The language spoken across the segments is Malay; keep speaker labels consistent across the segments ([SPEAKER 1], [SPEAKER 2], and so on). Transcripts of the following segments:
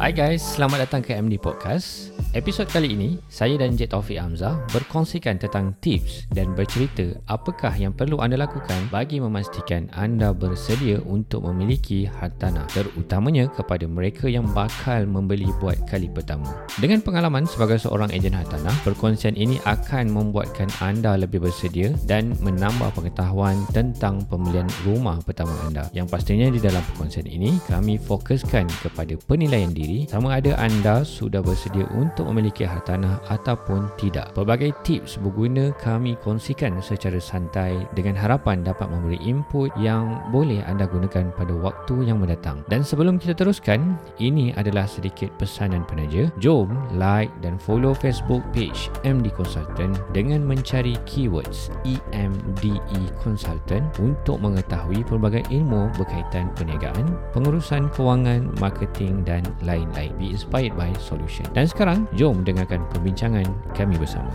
[SPEAKER 1] Hai guys, selamat datang ke MD Podcast. Episod kali ini, saya dan Encik Taufik Hamzah berkongsikan tentang tips dan bercerita apakah yang perlu anda lakukan bagi memastikan anda bersedia untuk memiliki hartanah terutamanya kepada mereka yang bakal membeli buat kali pertama. Dengan pengalaman sebagai seorang ejen hartanah, perkongsian ini akan membuatkan anda lebih bersedia dan menambah pengetahuan tentang pembelian rumah pertama anda. Yang pastinya di dalam perkongsian ini, kami fokuskan kepada penilaian diri sama ada anda sudah bersedia untuk memiliki hartanah ataupun tidak. Pelbagai tips berguna kami kongsikan secara santai dengan harapan dapat memberi input yang boleh anda gunakan pada waktu yang mendatang. Dan sebelum kita teruskan, ini adalah sedikit pesanan penaja. Jom like dan follow Facebook page MD Consultant dengan mencari keywords E EMDE Consultant untuk mengetahui pelbagai ilmu berkaitan perniagaan, pengurusan kewangan, marketing dan lain-lain. Be inspired by solution. Dan sekarang, jom dengarkan perbincangan kami bersama.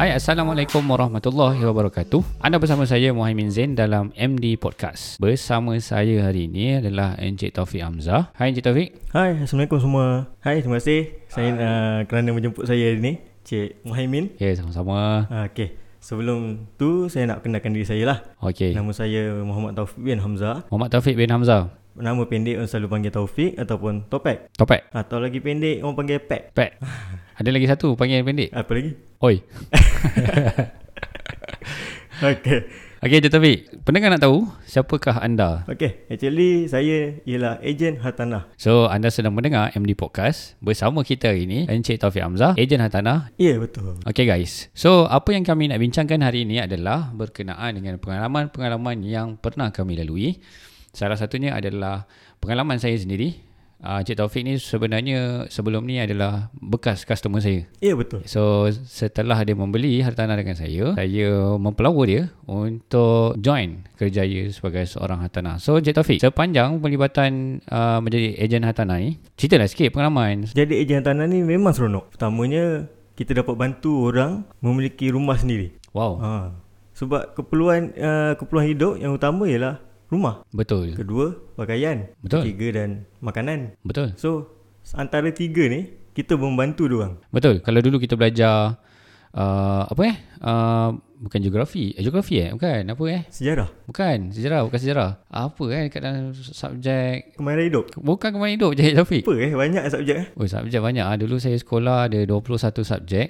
[SPEAKER 1] Hai, Assalamualaikum warahmatullahi wabarakatuh. Anda bersama saya Muhaimin Zain dalam MD Podcast. Bersama saya hari ini adalah Encik Taufik Hamzah. Hai Encik Taufik.
[SPEAKER 2] Hai, Assalamualaikum semua. Hai, terima kasih saya uh, kerana menjemput saya hari ni, Cik Muhaimin.
[SPEAKER 1] Ya, sama-sama.
[SPEAKER 2] Uh, okay, sebelum tu saya nak kenalkan diri saya lah.
[SPEAKER 1] Okey.
[SPEAKER 2] Nama saya Muhammad Taufik bin Hamzah.
[SPEAKER 1] Muhammad Taufik bin Hamzah.
[SPEAKER 2] Nama pendek orang selalu panggil Taufik ataupun Topek. Ah,
[SPEAKER 1] Topek.
[SPEAKER 2] Atau lagi pendek orang panggil Pek.
[SPEAKER 1] Pek. Ada lagi satu panggil pendek.
[SPEAKER 2] Apa lagi?
[SPEAKER 1] Oi.
[SPEAKER 2] Okay.
[SPEAKER 1] Okey, Encik Taufik. Pendengar nak tahu siapakah anda?
[SPEAKER 2] Okay, actually saya ialah ejen hartanah.
[SPEAKER 1] So, anda sedang mendengar MD Podcast bersama kita hari ini Encik Taufik Hamzah, ejen hartanah
[SPEAKER 2] Ya, yeah, betul.
[SPEAKER 1] Okay guys, so apa yang kami nak bincangkan hari ini adalah berkenaan dengan pengalaman-pengalaman yang pernah kami lalui. Salah satunya adalah pengalaman saya sendiri. Uh, Cik Taufik ni sebenarnya sebelum ni adalah bekas customer saya.
[SPEAKER 2] Ya, yeah, betul.
[SPEAKER 1] So setelah dia membeli hartanah dengan saya, saya mempelawa dia untuk join kerjaya sebagai seorang hartanah. So Cik Taufik, sepanjang pelibatan uh, menjadi ejen hartanah ni, ceritalah sikit pengalaman.
[SPEAKER 2] Jadi ejen hartanah ni memang seronok. Pertamanya, kita dapat bantu orang memiliki rumah sendiri.
[SPEAKER 1] Wow,
[SPEAKER 2] Ha. Sebab keperluan uh, keperluan hidup yang utama ialah rumah.
[SPEAKER 1] betul.
[SPEAKER 2] Kedua, pakaian.
[SPEAKER 1] Betul.
[SPEAKER 2] Ketiga dan makanan.
[SPEAKER 1] Betul.
[SPEAKER 2] So, antara tiga ni kita membantu dia orang.
[SPEAKER 1] Betul. Kalau dulu kita belajar uh, apa eh? Uh, bukan geografi. Eh, geografi eh? Bukan. Apa eh?
[SPEAKER 2] Sejarah
[SPEAKER 1] Bukan. Sejarah. Bukan sejarah. Apa eh dekat dalam subjek?
[SPEAKER 2] kemahiran hidup.
[SPEAKER 1] Bukan kemarin hidup je Syafiq.
[SPEAKER 2] Apa eh banyak subjek eh?
[SPEAKER 1] Oh, subjek banyak ah. Dulu saya sekolah ada 21 subjek.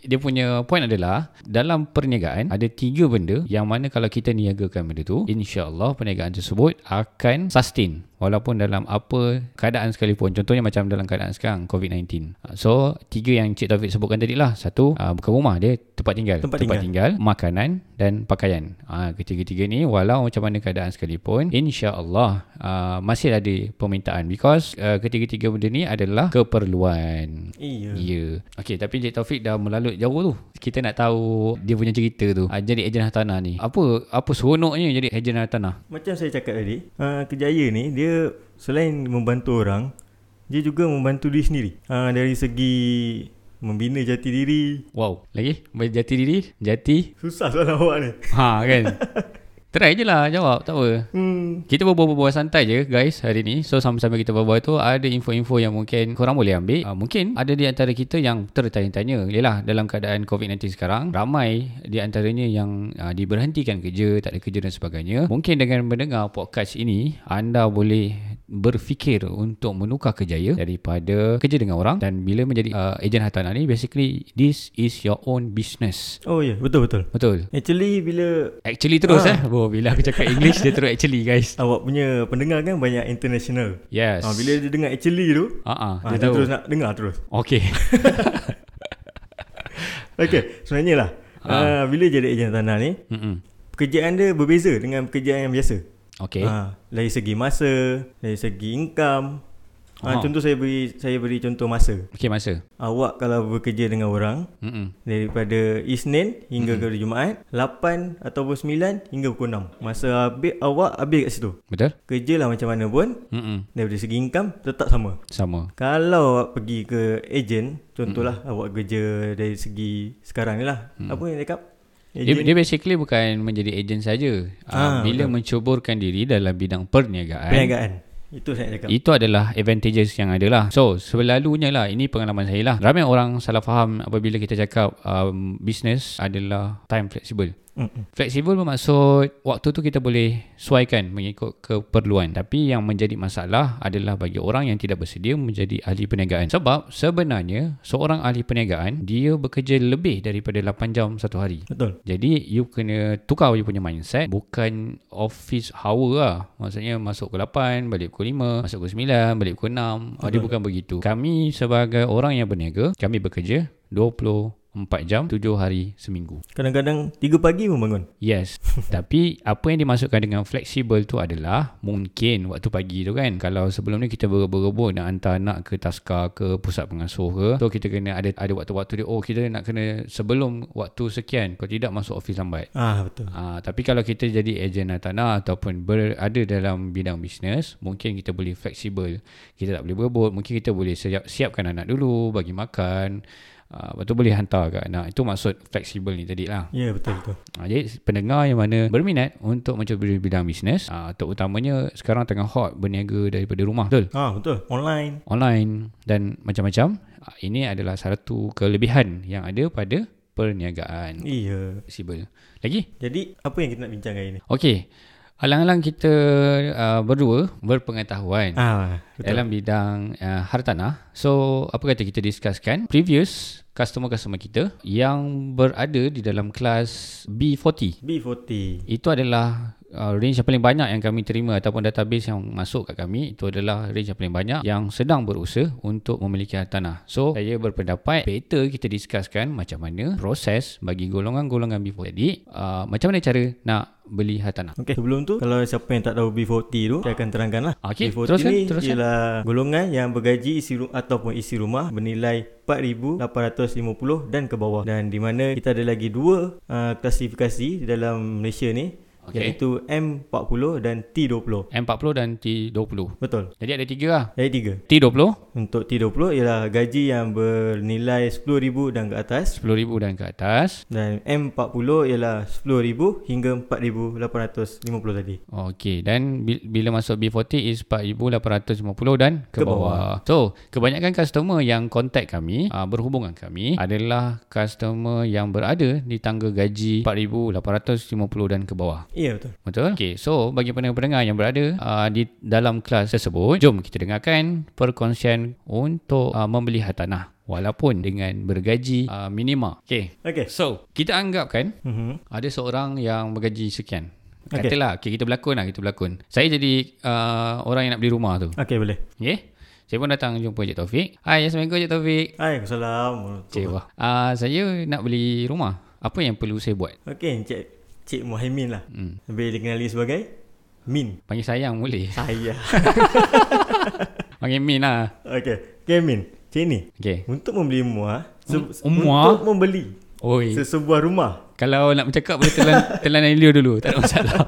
[SPEAKER 1] Dia punya point adalah dalam perniagaan ada tiga benda yang mana kalau kita niagakan benda tu, insya-Allah perniagaan tersebut akan sustain walaupun dalam apa keadaan sekalipun. Contohnya macam dalam keadaan sekarang COVID-19. Ah, So, tiga yang Cik Taufik sebutkan tadi lah. Satu, ah, bukan rumah, dia tempat tinggal.
[SPEAKER 2] Tempat
[SPEAKER 1] tinggal. makanan dan pakaian. Ah, ketiga-tiga ni walau macam mana keadaan sekalipun, insya-Allah ah, masih ada permintaan because ah, ketiga-tiga benda ni adalah keperluan.
[SPEAKER 2] Iya.
[SPEAKER 1] Ya. Yeah. Okey, tapi Encik Taufik dah melalut jauh tu. Kita nak tahu dia punya cerita tu. Ah, jadi ejen hartanah ni. Apa apa seronoknya jadi ejen hartanah?
[SPEAKER 2] Macam saya cakap tadi, uh, Kejaya ni dia selain membantu orang, dia juga membantu diri sendiri. Uh, dari segi membina jati diri.
[SPEAKER 1] Wow. Lagi berjati diri, jati.
[SPEAKER 2] Susah soalan awak ni.
[SPEAKER 1] Ha kan. Try je lah jawab, tak apa.
[SPEAKER 2] Hmm.
[SPEAKER 1] Kita berbual-bual santai je guys hari ni So sambil-sambil kita berbual tu Ada info-info yang mungkin korang boleh ambil uh, Mungkin ada di antara kita yang tertanya-tanya Yelah dalam keadaan COVID-19 sekarang Ramai di antaranya yang uh, diberhentikan kerja Tak ada kerja dan sebagainya Mungkin dengan mendengar podcast ini Anda boleh berfikir untuk menukar kerjaya Daripada kerja dengan orang Dan bila menjadi uh, ejen hartanah ni Basically this is your own business
[SPEAKER 2] Oh ya, yeah, betul betul.
[SPEAKER 1] Betul
[SPEAKER 2] Actually bila
[SPEAKER 1] Actually terus eh oh, Bila aku cakap English dia terus actually guys
[SPEAKER 2] awak punya pendengar kan banyak international.
[SPEAKER 1] Yes
[SPEAKER 2] Ha, bila dia dengar actually tu,
[SPEAKER 1] Ah,
[SPEAKER 2] ha,
[SPEAKER 1] dia
[SPEAKER 2] dia
[SPEAKER 1] tahu.
[SPEAKER 2] terus nak dengar terus.
[SPEAKER 1] Okey.
[SPEAKER 2] Okey, sebenarnya lah. Ha. Uh, bila jadi ejen tanah ni,
[SPEAKER 1] Ah. Mm-mm.
[SPEAKER 2] pekerjaan dia berbeza
[SPEAKER 1] Ah.
[SPEAKER 2] dengan pekerjaan yang biasa.
[SPEAKER 1] Okey.
[SPEAKER 2] Ha, dari segi masa, dari segi income, Ha,
[SPEAKER 1] Aha.
[SPEAKER 2] contoh saya beri saya beri contoh masa.
[SPEAKER 1] Okey masa.
[SPEAKER 2] Awak kalau bekerja dengan orang
[SPEAKER 1] Mm-mm.
[SPEAKER 2] daripada Isnin hingga ke Jumaat, 8 ataupun 9 hingga pukul 6. Masa habis awak habis kat situ.
[SPEAKER 1] Betul?
[SPEAKER 2] Kerjalah macam mana pun
[SPEAKER 1] Mm-mm.
[SPEAKER 2] daripada segi income tetap sama.
[SPEAKER 1] Sama.
[SPEAKER 2] Kalau awak pergi ke ejen, contohlah awak kerja dari segi sekarang ni lah. Apa yang cakap?
[SPEAKER 1] Dia,
[SPEAKER 2] Ejen.
[SPEAKER 1] dia basically bukan menjadi ejen saja. Ah,
[SPEAKER 2] Ah,
[SPEAKER 1] Bila mencuburkan diri dalam bidang perniagaan,
[SPEAKER 2] Perniagaan. Itu saya nak cakap.
[SPEAKER 1] Itu adalah advantages yang ada lah. So, selalunya lah, ini pengalaman saya lah. Ramai orang salah faham apabila kita cakap um, business adalah time flexible.
[SPEAKER 2] Mm-mm.
[SPEAKER 1] Fleksibel bermaksud waktu tu kita boleh sesuaikan mengikut keperluan. Tapi yang menjadi masalah adalah bagi orang yang tidak bersedia menjadi ahli perniagaan. Sebab sebenarnya seorang ahli perniagaan, dia bekerja lebih daripada 8 jam satu hari.
[SPEAKER 2] Betul.
[SPEAKER 1] Jadi you kena tukar you punya mindset Bukan office hour lah Maksudnya masuk pukul 8 Balik pukul 5 Masuk pukul 9 Balik pukul 6 oh, Dia bukan begitu Kami sebagai orang yang berniaga Kami bekerja 24 jam 7 hari seminggu
[SPEAKER 2] Kadang-kadang 3 pagi pun bangun.
[SPEAKER 1] Yes Tapi apa yang dimasukkan dengan fleksibel tu adalah Mungkin waktu pagi tu kan Kalau sebelum ni kita berebut-rebut Nak hantar anak ke taska ke Pusat pengasuh ke So kita kena ada ada waktu-waktu dia Oh kita nak kena sebelum waktu sekian Kalau tidak masuk office lambat
[SPEAKER 2] Ah betul.
[SPEAKER 1] Ah, tapi kalau kita jadi ejen hartanah ataupun berada dalam bidang bisnes, mungkin kita boleh fleksibel. Kita tak boleh berebut, mungkin kita boleh siap, siapkan anak dulu, bagi makan. Uh, lepas tu boleh hantar ke anak. Itu maksud fleksibel ni tadi lah.
[SPEAKER 2] Ya yeah, betul betul.
[SPEAKER 1] Ah, jadi pendengar yang mana berminat untuk mencuba di bidang bisnes, ah, terutamanya sekarang tengah hot berniaga daripada rumah. Betul?
[SPEAKER 2] Ah betul. Online.
[SPEAKER 1] online dan macam-macam. Ah, Ini adalah satu kelebihan yang ada pada perniagaan
[SPEAKER 2] Iya.
[SPEAKER 1] fleksibel. Lagi?
[SPEAKER 2] Jadi apa yang kita nak bincang hari ni?
[SPEAKER 1] Okey. Alang-alang kita uh, berdua berpengetahuan
[SPEAKER 2] Ah
[SPEAKER 1] Betul.
[SPEAKER 2] betul.
[SPEAKER 1] dalam bidang uh, hartanah. So, apa kata kita discusskan previous customer-customer kita yang berada di dalam kelas B40.
[SPEAKER 2] B40.
[SPEAKER 1] Itu adalah uh, range yang paling banyak yang kami terima ataupun database yang masuk kat kami itu adalah range yang paling banyak yang sedang berusaha untuk memiliki hartanah. So, saya berpendapat better kita discusskan macam mana proses bagi golongan-golongan B40. Jadi, uh, macam mana cara nak beli hartanah.
[SPEAKER 2] Okey, sebelum tu kalau siapa yang tak tahu B40 tu, saya akan terangkan lah.
[SPEAKER 1] Ah, Okey,
[SPEAKER 2] B40
[SPEAKER 1] teruskan,
[SPEAKER 2] ni
[SPEAKER 1] teruskan.
[SPEAKER 2] ialah golongan yang bergaji isi ru- ataupun isi rumah bernilai 4850 dan ke bawah dan di mana kita ada lagi dua uh, klasifikasi di dalam Malaysia ni
[SPEAKER 1] Okey.
[SPEAKER 2] iaitu M40 dan T20.
[SPEAKER 1] M40 dan T20.
[SPEAKER 2] Betul.
[SPEAKER 1] Jadi ada tiga lah.
[SPEAKER 2] Jadi tiga.
[SPEAKER 1] T20,
[SPEAKER 2] Untuk T20 ialah gaji yang bernilai 10000 dan ke atas
[SPEAKER 1] RM10,000 dan ke atas.
[SPEAKER 2] dan M40 ialah 10000 hingga 4850 tadi.
[SPEAKER 1] Okey, dan bi- bila masuk B40 is 4850 dan ke,
[SPEAKER 2] Ke
[SPEAKER 1] bawah. So, kebanyakan customer yang contact kami, uh, berhubungan kami adalah customer yang berada di tangga gaji 4850 dan ke bawah.
[SPEAKER 2] Ya betul.
[SPEAKER 1] Betul? Okey, so bagi pendengar-pendengar yang berada uh, di dalam kelas tersebut, jom kita dengarkan perkongsian untuk uh, membeli hartanah walaupun dengan bergaji uh, minima. Okey.
[SPEAKER 2] Okey.
[SPEAKER 1] So, kita anggapkan
[SPEAKER 2] Mhm.
[SPEAKER 1] ada seorang yang bergaji sekian.
[SPEAKER 2] Okey.
[SPEAKER 1] Katalah, okay, kita berlakon lah, kita berlakon. Saya jadi uh, orang yang nak beli rumah tu.
[SPEAKER 2] Okey boleh.
[SPEAKER 1] Okay? Saya pun datang jumpa Encik Taufik. Hai, Assalamualaikum Encik Taufik.
[SPEAKER 2] Hai, salam.
[SPEAKER 1] Encik, wah. Uh, saya nak beli rumah. Apa yang perlu saya buat?
[SPEAKER 2] Okey, Encik Cik Muhaimin lah. Hmm. Lebih dikenali sebagai Min.
[SPEAKER 1] Panggil sayang boleh.
[SPEAKER 2] Saya.
[SPEAKER 1] Panggil Min lah.
[SPEAKER 2] Okey. Okey Min, Cik ni.
[SPEAKER 1] Okay.
[SPEAKER 2] Untuk membeli rumah,
[SPEAKER 1] Um- rumah?
[SPEAKER 2] untuk membeli
[SPEAKER 1] Oi.
[SPEAKER 2] sesebuah rumah.
[SPEAKER 1] Kalau nak bercakap boleh telan telan Elio dulu, tak ada masalah.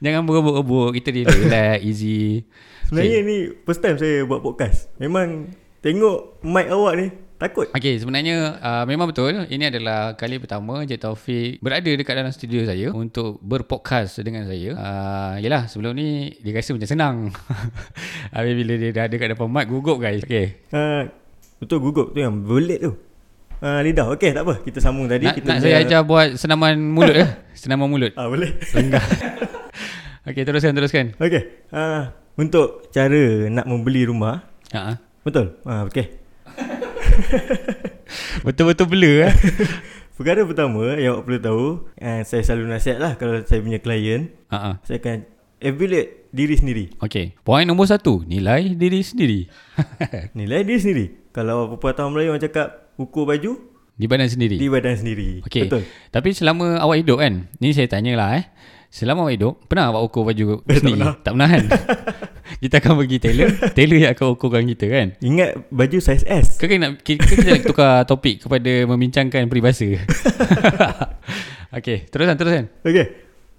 [SPEAKER 1] Jangan berebut-rebut, kita dia relax, easy.
[SPEAKER 2] Sebenarnya ni first time saya buat podcast. Memang tengok mic awak ni takut.
[SPEAKER 1] Okey, sebenarnya uh, memang betul. Ini adalah kali pertama Encik Taufik berada dekat dalam studio saya untuk berpodcast dengan saya. Uh, yelah, sebelum ni dia rasa macam senang. Habis bila dia dah ada kat depan mic, gugup guys. Okey.
[SPEAKER 2] Uh, betul gugup tu yang belit tu. Uh, lidah. Okey, tak apa. Kita sambung tadi.
[SPEAKER 1] Nak,
[SPEAKER 2] kita
[SPEAKER 1] nak
[SPEAKER 2] punya-
[SPEAKER 1] saya ajar buat senaman mulut eh? Senaman mulut.
[SPEAKER 2] Ah, boleh.
[SPEAKER 1] Lenggah. Okey, teruskan, teruskan.
[SPEAKER 2] Okey. Uh, untuk cara nak membeli rumah,
[SPEAKER 1] Ha.
[SPEAKER 2] betul. Ah, okey.
[SPEAKER 1] Betul-betul blur eh.
[SPEAKER 2] Perkara pertama yang awak perlu tahu eh, Saya selalu nasihat lah kalau saya punya klien
[SPEAKER 1] Ha ah.
[SPEAKER 2] Saya akan evaluate diri sendiri
[SPEAKER 1] Okey. Poin nombor satu, nilai diri sendiri.
[SPEAKER 2] Nilai diri sendiri Kalau pepatah Melayu orang cakap Ukur baju
[SPEAKER 1] Di badan sendiri.
[SPEAKER 2] di badan sendiri
[SPEAKER 1] Okey.
[SPEAKER 2] Betul
[SPEAKER 1] Tapi selama awak hidup kan, ni saya tanyalah eh. Selama awak hidup, pernah awak ukur baju sendiri? Tak pernah. Tak pernah kan? Kita akan pergi tailor Tailor yang akan ukurkan kita kan
[SPEAKER 2] Ingat baju saiz S.
[SPEAKER 1] Kau kan nak kita, kita nak tukar topik kepada membincangkan peribahasa Okay teruskan teruskan
[SPEAKER 2] Okey.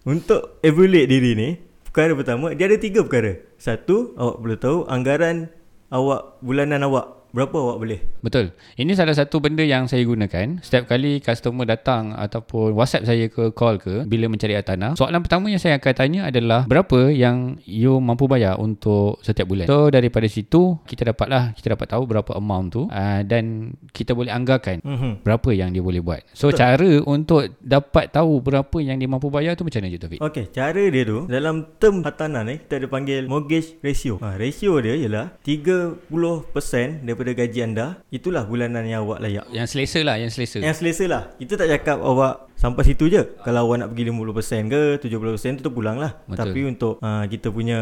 [SPEAKER 2] Untuk evaluate diri ni, perkara pertama dia ada tiga perkara. Satu, awak perlu tahu anggaran awak bulanan awak. Berapa awak boleh?
[SPEAKER 1] Betul. Ini salah satu benda yang saya gunakan. Setiap kali customer datang ataupun WhatsApp saya ke call ke bila mencari tanah, soalan pertama yang saya akan tanya adalah berapa yang you mampu bayar untuk setiap bulan. So daripada situ kita dapatlah kita dapat tahu berapa amount tu uh, dan kita boleh anggarkan
[SPEAKER 2] Mhm.
[SPEAKER 1] berapa yang dia boleh buat. So Betul. cara untuk dapat tahu berapa yang dia mampu bayar tu macam mana je Taufik?
[SPEAKER 2] Okey, cara dia tu dalam term hartanah ni kita ada panggil mortgage ratio. Ha, ratio dia ialah 30% daripada gaji anda itulah bulanan yang awak layak.
[SPEAKER 1] Yang selesa lah, yang selesa.
[SPEAKER 2] Yang selesa lah. Kita tak cakap awak sampai situ je. Kalau awak nak pergi 50% ke 70% tu terpulang lah.
[SPEAKER 1] Betul.
[SPEAKER 2] Tapi untuk uh, kita punya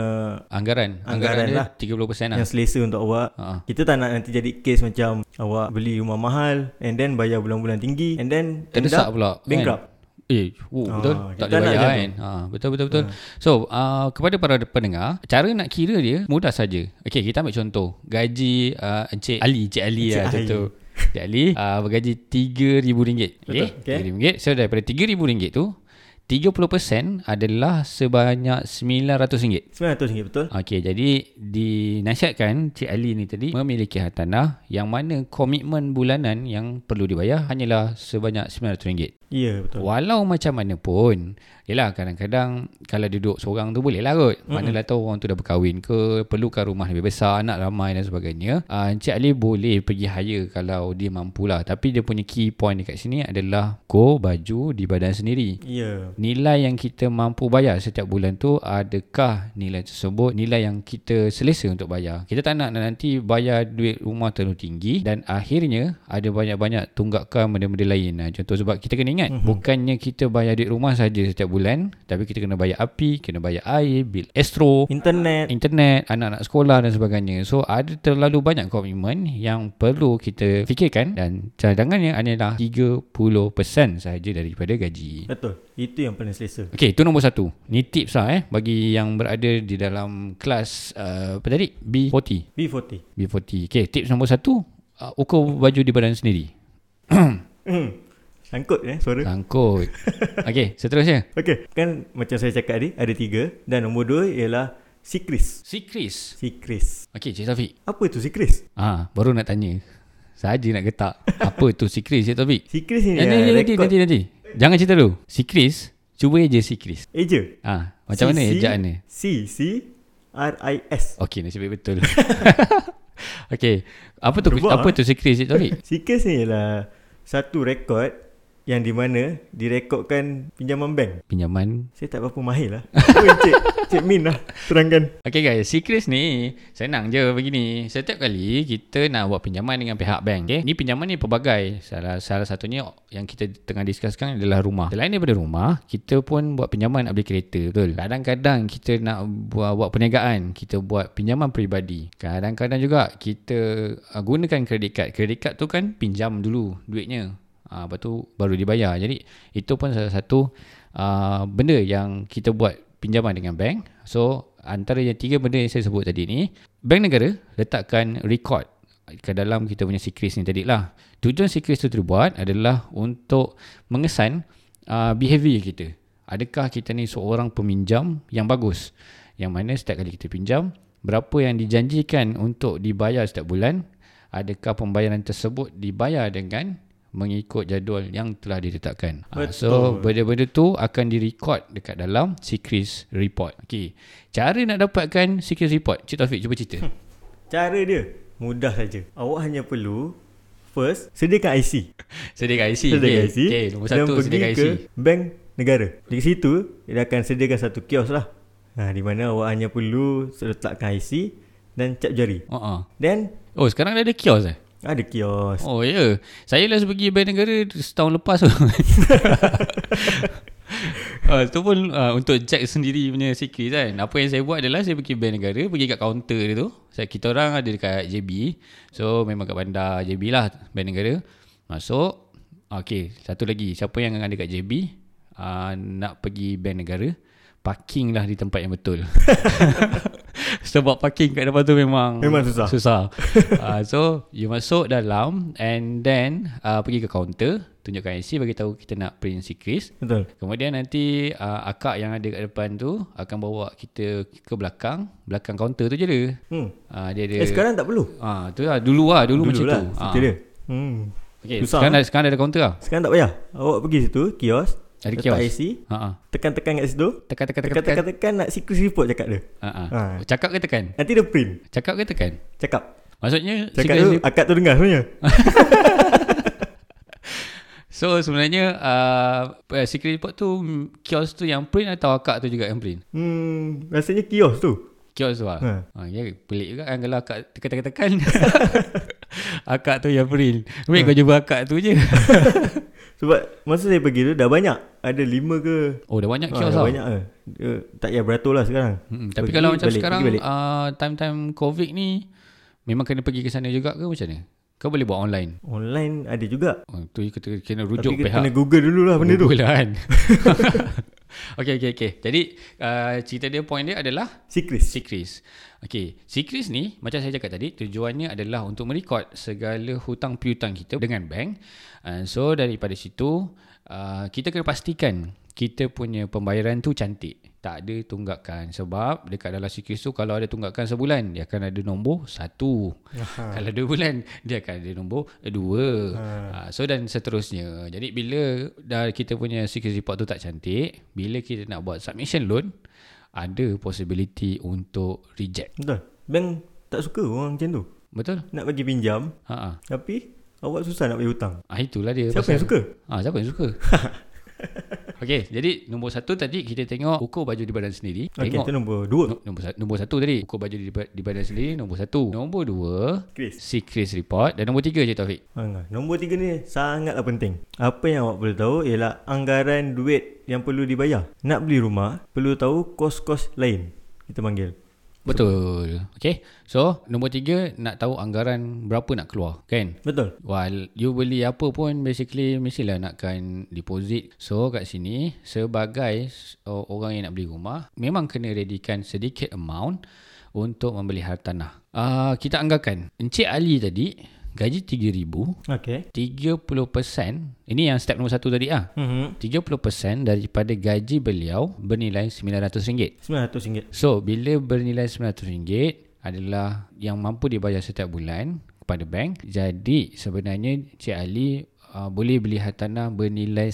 [SPEAKER 1] Anggaran,
[SPEAKER 2] Anggaran
[SPEAKER 1] anggaran, dia 30% lah.
[SPEAKER 2] yang selesa untuk awak.
[SPEAKER 1] Ha.
[SPEAKER 2] Kita tak nak nanti jadi kes macam awak beli rumah mahal and then bayar bulan-bulan tinggi and then end
[SPEAKER 1] Terdesak
[SPEAKER 2] up
[SPEAKER 1] pula kan?
[SPEAKER 2] bankrupt.
[SPEAKER 1] Eh, oh,
[SPEAKER 2] Ah,
[SPEAKER 1] betul.
[SPEAKER 2] kita
[SPEAKER 1] Tak boleh
[SPEAKER 2] nak
[SPEAKER 1] bayar
[SPEAKER 2] macam
[SPEAKER 1] kan. Ha, betul, betul, betul. So, uh, kepada para pendengar, cara nak kira dia mudah saja. Okey, kita ambil contoh. Gaji uh, Encik Ali, Encik Ali
[SPEAKER 2] Encik
[SPEAKER 1] lah
[SPEAKER 2] Ali.
[SPEAKER 1] contoh. Encik Ali uh, bergaji RM3,000. Okey,
[SPEAKER 2] Okey.
[SPEAKER 1] RM3,000. So, daripada RM3,000 tu, 30% adalah sebanyak RM900.
[SPEAKER 2] RM900 betul?
[SPEAKER 1] Okey, jadi dinasihatkan Cik Ali ni tadi memiliki hartanah yang mana komitmen bulanan yang perlu dibayar hanyalah sebanyak RM900.
[SPEAKER 2] Ya, yeah, betul.
[SPEAKER 1] Walau macam mana pun Yelah kadang-kadang Kalau duduk seorang tu boleh lah kot mm-hmm. Manalah tahu orang tu dah berkahwin ke Perlukan rumah lebih besar Anak ramai dan sebagainya uh, Encik Ali boleh pergi hire Kalau dia mampu lah Tapi dia punya key point dekat sini adalah Go baju di badan sendiri
[SPEAKER 2] Ya. Yeah.
[SPEAKER 1] Nilai yang kita mampu bayar setiap bulan tu Adakah nilai tersebut Nilai yang kita selesa untuk bayar Kita tak nak nanti bayar duit rumah terlalu tinggi Dan akhirnya ada banyak-banyak tunggakan benda-benda lain Nah, Contoh sebab kita kena ingat Bukannya kita bayar duit rumah saja setiap bulan Tapi kita kena bayar api Kena bayar air Bil astro
[SPEAKER 2] Internet
[SPEAKER 1] internet, anak-anak sekolah dan sebagainya. So ada terlalu banyak komitmen yang perlu kita fikirkan dan cadangannya adalah 30% sahaja daripada gaji.
[SPEAKER 2] Betul. Itu yang paling selesa.
[SPEAKER 1] Okey, itu nombor satu. Ni tips lah eh bagi yang berada di dalam kelas uh, apa tadi? B40.
[SPEAKER 2] B40.
[SPEAKER 1] B40. Okey, tips nombor satu, uh, ukur baju di badan sendiri.
[SPEAKER 2] Hmm. Sangkut eh suara.
[SPEAKER 1] Sangkut. Okey, seterusnya.
[SPEAKER 2] Okey, kan macam saya cakap tadi ada tiga dan nombor dua ialah sikris.
[SPEAKER 1] Sikris.
[SPEAKER 2] Sikris.
[SPEAKER 1] Okey, Cik Safiq.
[SPEAKER 2] Apa tu sikris?
[SPEAKER 1] Ah, baru nak tanya. Saja nak getak. Apa tu sikris Cik Taufik?
[SPEAKER 2] Sikris ni
[SPEAKER 1] Eh, nanti,
[SPEAKER 2] ya,
[SPEAKER 1] nanti, nanti,
[SPEAKER 2] rekod
[SPEAKER 1] nanti. Jangan cerita dulu. Sikris, cuba je sikris.
[SPEAKER 2] eja.
[SPEAKER 1] Ah, macam mana ejaan dia?
[SPEAKER 2] C C R I S.
[SPEAKER 1] Okey, nasib baik betul. Okey. Apa tu
[SPEAKER 2] Berbual,
[SPEAKER 1] apa tu sikris Cik Taufik?
[SPEAKER 2] Sikris ni ialah satu rekod yang di mana direkodkan pinjaman bank.
[SPEAKER 1] Pinjaman
[SPEAKER 2] Saya tak berapa mahir lah. Apa Cik, Cik Min lah terangkan.
[SPEAKER 1] Okay guys, Secrets ni senang je begini. Setiap kali kita nak buat pinjaman dengan pihak bank, okay? Ni pinjaman ni pelbagai. Salah salah satunya yang kita tengah discusskan adalah rumah. Selain daripada rumah, kita pun buat pinjaman nak beli kereta, betul. Kadang-kadang kita nak buat, buat perniagaan, kita buat pinjaman peribadi. Kadang-kadang juga kita uh, gunakan kredit card. Kredit card tu kan pinjam dulu duitnya. Uh, lepas tu baru dibayar. Jadi itu pun salah satu uh, benda yang kita buat pinjaman dengan bank. So antara yang tiga benda yang saya sebut tadi ni, bank negara letakkan record ke dalam kita punya secrets ni tadi lah. Tujuan secrets tu dibuat adalah untuk mengesan uh, behaviour kita. Adakah kita ni seorang peminjam yang bagus? Yang mana setiap kali kita pinjam, berapa yang dijanjikan untuk dibayar setiap bulan? Adakah pembayaran tersebut dibayar dengan mengikut jadual yang telah ditetapkan? Ah, So,
[SPEAKER 2] Betul.
[SPEAKER 1] benda-benda tu akan direcord dekat dalam Secrets Report. Okey. Cara nak dapatkan Secrets Report, Cik Taufik cuba cerita.
[SPEAKER 2] Cara dia mudah saja. Awak hanya perlu first sediakan IC.
[SPEAKER 1] Sediakan IC.
[SPEAKER 2] Sediakan IC
[SPEAKER 1] Okey, nombor
[SPEAKER 2] dan
[SPEAKER 1] satu
[SPEAKER 2] pergi
[SPEAKER 1] sediakan
[SPEAKER 2] ke
[SPEAKER 1] IC.
[SPEAKER 2] bank negara. Di situ dia akan sediakan satu kios lah. Ha, di mana awak hanya perlu letakkan IC dan cap jari.
[SPEAKER 1] Uh-uh.
[SPEAKER 2] Then
[SPEAKER 1] Oh, sekarang dah ada kios eh?
[SPEAKER 2] ada kios.
[SPEAKER 1] Oh, ya. Yeah. Saya last pergi Bank Negara setahun lepas tu. Uh, tu pun uh, untuk Jack sendiri punya secret kan Apa yang saya buat adalah Saya pergi bank negara Pergi kat kaunter dia tu saya, Kita orang ada dekat JB So memang kat bandar JB lah Bank negara Masuk Okay Satu lagi Siapa yang ada kat ah, JB uh, Nak pergi bank negara Parking lah di tempat yang betul Sebab parking kat depan tu memang
[SPEAKER 2] Memang susah.
[SPEAKER 1] Susah uh, So you masuk dalam And then uh, Pergi ke kaunter Tunjukkan IC bagi tahu kita nak print sikris
[SPEAKER 2] Betul.
[SPEAKER 1] Kemudian nanti uh, akak yang ada kat depan tu akan bawa kita ke belakang, belakang kaunter tu je dia.
[SPEAKER 2] Hmm.
[SPEAKER 1] Uh, dia ada
[SPEAKER 2] Eh sekarang tak perlu.
[SPEAKER 1] Ah, tu lah dulu lah, dulu, dulu macam
[SPEAKER 2] lah,
[SPEAKER 1] tu. Ah.
[SPEAKER 2] cerita dia. Hmm.
[SPEAKER 1] Okay,
[SPEAKER 2] Susah,
[SPEAKER 1] sekarang, dah, sekarang dah ada kaunter lah.
[SPEAKER 2] Sekarang tak payah. Awak pergi situ, kios,
[SPEAKER 1] Ada
[SPEAKER 2] letak
[SPEAKER 1] kios.
[SPEAKER 2] IC,
[SPEAKER 1] Ha ah.
[SPEAKER 2] tekan-tekan kat situ.
[SPEAKER 1] Tekan tekan tekan. tekan.
[SPEAKER 2] Tekan-tekan nak secret report cakap dia.
[SPEAKER 1] Ha ah.
[SPEAKER 2] Ha.
[SPEAKER 1] Cakap ke tekan?
[SPEAKER 2] Nanti dia print.
[SPEAKER 1] Cakap ke tekan?
[SPEAKER 2] Cakap.
[SPEAKER 1] Maksudnya
[SPEAKER 2] Cakap
[SPEAKER 1] secret
[SPEAKER 2] tu
[SPEAKER 1] slip-
[SPEAKER 2] akak tu dengar sebenarnya.
[SPEAKER 1] So sebenarnya uh, secret report tu mm, kios tu yang print atau akak tu juga yang print?
[SPEAKER 2] Hmm, rasanya kios tu.
[SPEAKER 1] Kios tu lah.
[SPEAKER 2] Ha.
[SPEAKER 1] Ha. ha ya, pelik juga kan kalau akak tekan-tekan-tekan. akak tu yang print. Wait,
[SPEAKER 2] Hmm.
[SPEAKER 1] kau jumpa akak tu je.
[SPEAKER 2] Sebab masa saya pergi tu dah banyak. Ada lima ke.
[SPEAKER 1] Oh, dah banyak
[SPEAKER 2] Ah,
[SPEAKER 1] kios
[SPEAKER 2] dah
[SPEAKER 1] tau.
[SPEAKER 2] banyak ke. Dia tak payah beratur lah sekarang.
[SPEAKER 1] Hmm, tapi
[SPEAKER 2] Pergi
[SPEAKER 1] kalau macam
[SPEAKER 2] balik, pergi
[SPEAKER 1] sekarang
[SPEAKER 2] balik.
[SPEAKER 1] uh, time-time COVID ni memang kena pergi ke sana juga ke macam mana? Kau boleh buat online.
[SPEAKER 2] Online ada juga.
[SPEAKER 1] Oh, tu kita kena
[SPEAKER 2] Tapi
[SPEAKER 1] rujuk
[SPEAKER 2] kita
[SPEAKER 1] pihak
[SPEAKER 2] kena Google dulu lah benda tu.
[SPEAKER 1] Google lah kan. okay, okay, okay. Jadi uh, cerita dia, point dia adalah
[SPEAKER 2] Secret.
[SPEAKER 1] Sikris. Okey, Sikris ni macam saya cakap tadi tujuannya adalah untuk merekod segala hutang piutang kita dengan bank. Uh, so daripada situ uh, kita kena pastikan kita punya pembayaran tu cantik. Tak ada tunggakan sebab dekat dalam Sikris tu kalau ada tunggakan sebulan dia akan ada nombor satu.
[SPEAKER 2] Ha.
[SPEAKER 1] Aha. Kalau dua bulan dia akan ada nombor eh, dua. Ha. So dan seterusnya. Jadi bila dah kita punya Sikris report tu tak cantik, bila kita nak buat submission loan ada possibility untuk reject.
[SPEAKER 2] Betul. Bank tak suka orang macam tu.
[SPEAKER 1] Betul?
[SPEAKER 2] Nak bagi pinjam.
[SPEAKER 1] Ha ah.
[SPEAKER 2] Tapi awak susah nak bayar hutang.
[SPEAKER 1] Ah itulah dia.
[SPEAKER 2] Siapa yang suka?
[SPEAKER 1] Ah siapa yang suka? Okey, jadi nombor satu tadi kita tengok ukur baju di badan sendiri.
[SPEAKER 2] Okay,
[SPEAKER 1] Tengok
[SPEAKER 2] itu nombor dua.
[SPEAKER 1] no- nombor, satu, nombor satu tadi ukur baju di, ba- di badan sendiri nombor satu. Nombor dua
[SPEAKER 2] Chris.
[SPEAKER 1] Secret report dan nombor tiga je Taufik.
[SPEAKER 2] Ha, nombor tiga ni sangatlah penting. Apa yang awak perlu tahu ialah anggaran duit yang perlu dibayar. Nak beli rumah, perlu tahu kos-kos lain. Kita panggil.
[SPEAKER 1] Betul. Okey. So, nombor tiga nak tahu anggaran berapa nak keluar, kan?
[SPEAKER 2] Betul.
[SPEAKER 1] While you beli apa pun basically mestilah nakkan deposit. So kat sini sebagai uh, orang yang nak beli rumah memang kena readykan sedikit amount untuk membeli hartanah. Uh, kita anggarkan Encik Ali tadi gaji 3000
[SPEAKER 2] Okay.
[SPEAKER 1] 30% ini yang step nombor satu tadi ah.
[SPEAKER 2] Mm-hmm.
[SPEAKER 1] 30% daripada gaji beliau bernilai RM900.
[SPEAKER 2] RM900.
[SPEAKER 1] So bila bernilai RM900 adalah yang mampu dibayar setiap bulan kepada bank. Jadi sebenarnya Cik Ali uh, boleh beli hartanah bernilai